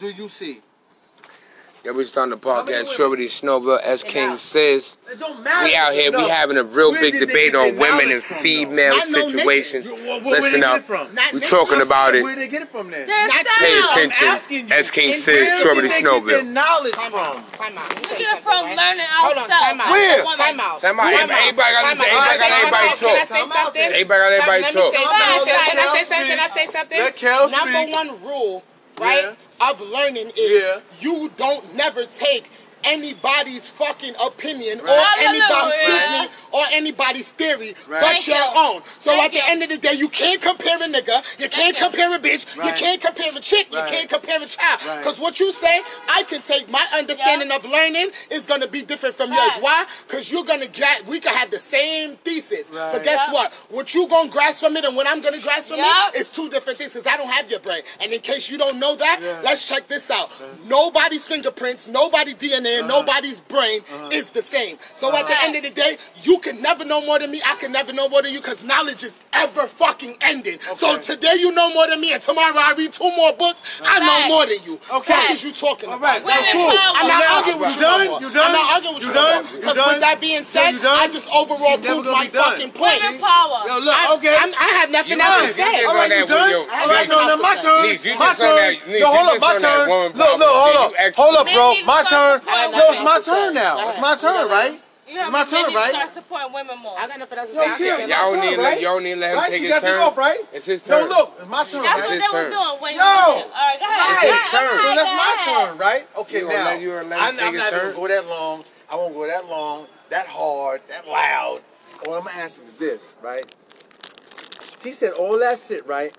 do you see? Yeah, we starting the podcast. women- Trivity Snowball, S. And King out. says It don't matter. we out here. No. We having a real Where big did they debate get on their women knowledge and from, though? female Not no nigga. situations. You- wh- wh- where they Listen get up. it from? Not We nigga. talking about Where it. they get it from then? Their Pay Not style. I'm attention. asking you. S. King And Where says did Trivity they get their Snowball. knowledge Time from? out. Time out. Let me We tell you get it something, from right? learning Hold on. ourselves. Time out. Where? as a woman. Time out. Time out. Everybody- everybody gotta Time listen. out. Everybody gotta- Time out. everybody Can I talk. say something? Everybody got everybody Let me talk. say- Time Can out. I say Let something? Can I say Kel something? speak. Let Kel Number speak. one rule, right, of learning is Yeah. you don't never take anybody's fucking opinion or Hallelujah. anybody's excuse Right. me or anybody's theory Right. but Thank your you. own. So Thank at the you. end of the day, you can't compare a nigga, you can't you. compare a bitch, you Right. can't compare a chick, you Right. can't compare a child. Right. Because what you say, I can take my understanding Yeah. of learning is gonna be different from yours. Facts. Why? Because you're gonna get we can have the same thesis. But Right. guess Yeah. what? What you gonna grasp from it and what I'm gonna grasp from Yeah. it is two different things. Cause I don't have your brain. And in case you don't know that, Yeah. Uh-huh. let's check this out. Nobody's fingerprints, nobody's DNA, nobody's brain is the same. So at the Uh-huh. end of the day, you can never know more than me. I can never know more than you. Cause knowledge is ever fucking ending. So Okay. today you know more than me, and tomorrow I read two more books. I know Facts. more than you. Okay. Fuck is you talking All about? right, Women now cool. power. I'm not arguing with you you. done? no more. You done? I'm not arguing with you. You done? You Because done? with that being said, you done? I just overall She's never proved gonna my be done. fucking point. Women power. Yo, look, I, okay. I'm, I have nothing You else done. to say. You All right, done. you done? All All right, right, no, no, my Niece, you turn. My just on turn. that- Niece, No, you hold up, just my on that turn. woman Look, look, problem. hold You up, act- hold up, bro. Maybe My start turn. supporting Yo, it's women. my turn now. Yeah. It's my turn, right? You heard It's my me? Maybe turn, you right? Start supporting women more. I got nothing else to Yo, say. chill. I It's can't- my Y'all don't turn, even let- right? y'all don't even let him Right? take She his got that turn. off, right? It's his No, turn. look, it's my turn, That's It's right? what his they were turn. doing when Yo! you was- All right, go ahead. It's Go his ahead. turn. All So right, that's go my ahead. turn, right? Okay, You gonna now let- you gonna let I'm, him I'm take not gonna his turn? go that long. I won't go that long, that hard, that loud. All I'm gonna ask is this, right? She said all that shit, right?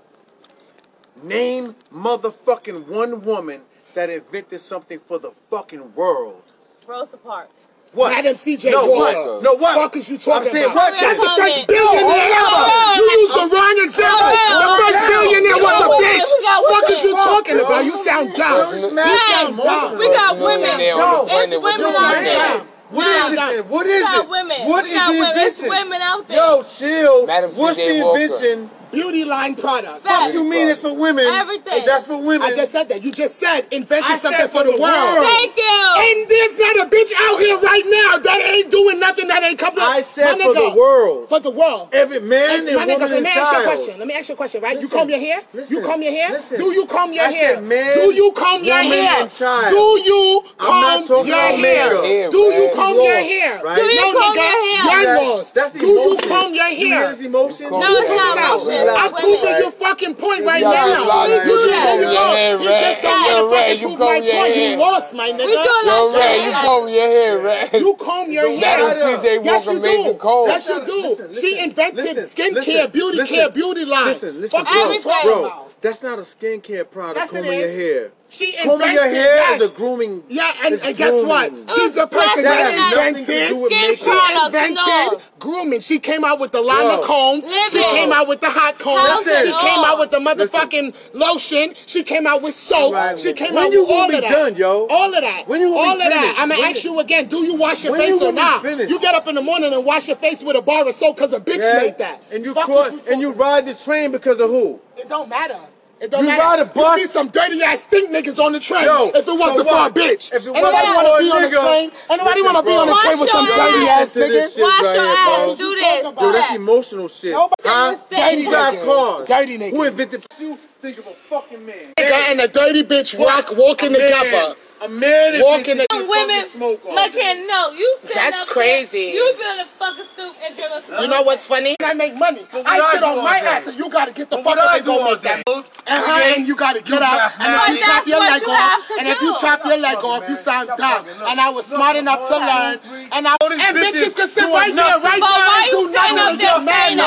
Name motherfucking one woman that invented something for the fucking world. Rosa Parks. What? Madam C.J. No Walker. what? No what? Fuck is you talking I'm saying about? what? That's the then? first billionaire Oh, ever. oh, You used the wrong example. oh, The first oh, billionaire oh, was a oh, bitch. we got Fuck one is you thing. talking Yo. about? You sound dumb. Yo, You this man sound sound dumb. We got First millionaire women. on No. the planet with It's Yo, this women out man, name. there. What is Nah, it nah. then? What is We got it? women. What We is got the women. It's invention? women out there. Yo, chill. Madam What's C.J. the Walker. invention? Beauty line product. Facts. Fuck you mean it's for women? Everything. That's for women. I just said that. You just said invented I said something for for the, the world. world. Thank you. And there's not a bitch out here right now that ain't doing nothing that ain't coming. I said My for nigga, the world. For the world. Every Hey, man and my nigga, woman let and me ask you a child. question. Let me ask you a question, right? you Listen, comb your hair? you listen, comb your hair? listen. Do you comb your I hair? said man, Do you comb your woman, hair? and child. Do you I'm not comb talking your about hair? makeup. Do you Right. comb Law, your hair? right? Do no, you comb nigga. your Young hair? That's- laws. that's Do you emotion. comb your You hear hair? this emotion? comb No, your it's hair. not Relax, emotion. relax, I'm proving right? your fucking point right Yeah, yeah, now. You yeah, just don't yeah, yeah, know. You just don't right. want to Yeah, fucking you prove comb my your point. You hair. lost, my nigga. We doing like Yo, Ray, you Yeah. comb your hair, Ray. You comb your hair. Madam C.J. Yes, you Walker made the do. comb. Yes, you do. Listen, listen, she invented listen, skincare, listen, beauty listen, care, beauty line. Listen, listen, Fuck bro, you talking bro, about? That's not a skincare product. Yes, it combing your is. hair. She invented. Combing your hair yes. is a grooming. Yeah, and, is and guess grooming. what? She's the person That that, has nothing to do with invented. makeup. She Skin invented products, grooming. She came out with the liner Bro. combs. She Listen. came out with the hot combs. Listen. She came out with the motherfucking lotion. She came out with soap. Right. She came When out you with gonna all of be that. done, yo? All of that. When you gonna all of be that. finished? I'm gonna When- ask you again. Do you wash your When face you or gonna be not? finished? You get up in the morning and wash your face with a bar of soap because a bitch yeah? made that. And you Fuck cross, is and you ride the train because of who? it don't matter. It don't You ride matter. a bus- You be some dirty ass stink niggas on the train. Yo, if it wasn't so for a what? bitch. If it Anybody wasn't wanna for a be on the nigga- train? Anybody Listen, wanna be bro. on the train with Wash some your dirty ass ass. Listen to this niggas? shit Wash right your here, ass bro. and do this. Talk about Yo, that's that. emotional shit. Nobody- Huh? Dirty Who got niggas. cars? Dirty niggas. Who invented you? Think of a fucking man. Nigga and a dirty bitch rock walking man, together. A man is Walking busy the- fucking Some women, smoke all but day. can no. You sit That's up crazy. There, you build a fucking stoop and drink a You know what's funny? I make money. I I sit do on all my day? ass and you gotta get the But fuck what up I and do go all make day? that move. And her Okay? and you gotta get You up. got And money. if you chop But your that's leg what you off, have to and if you do. chop your leg off, you sound dumb. And I was smart enough to learn. And I All these and bitches bitches can sit doing right there, nothing. right But now, why and you do saying nothing up and there get mad saying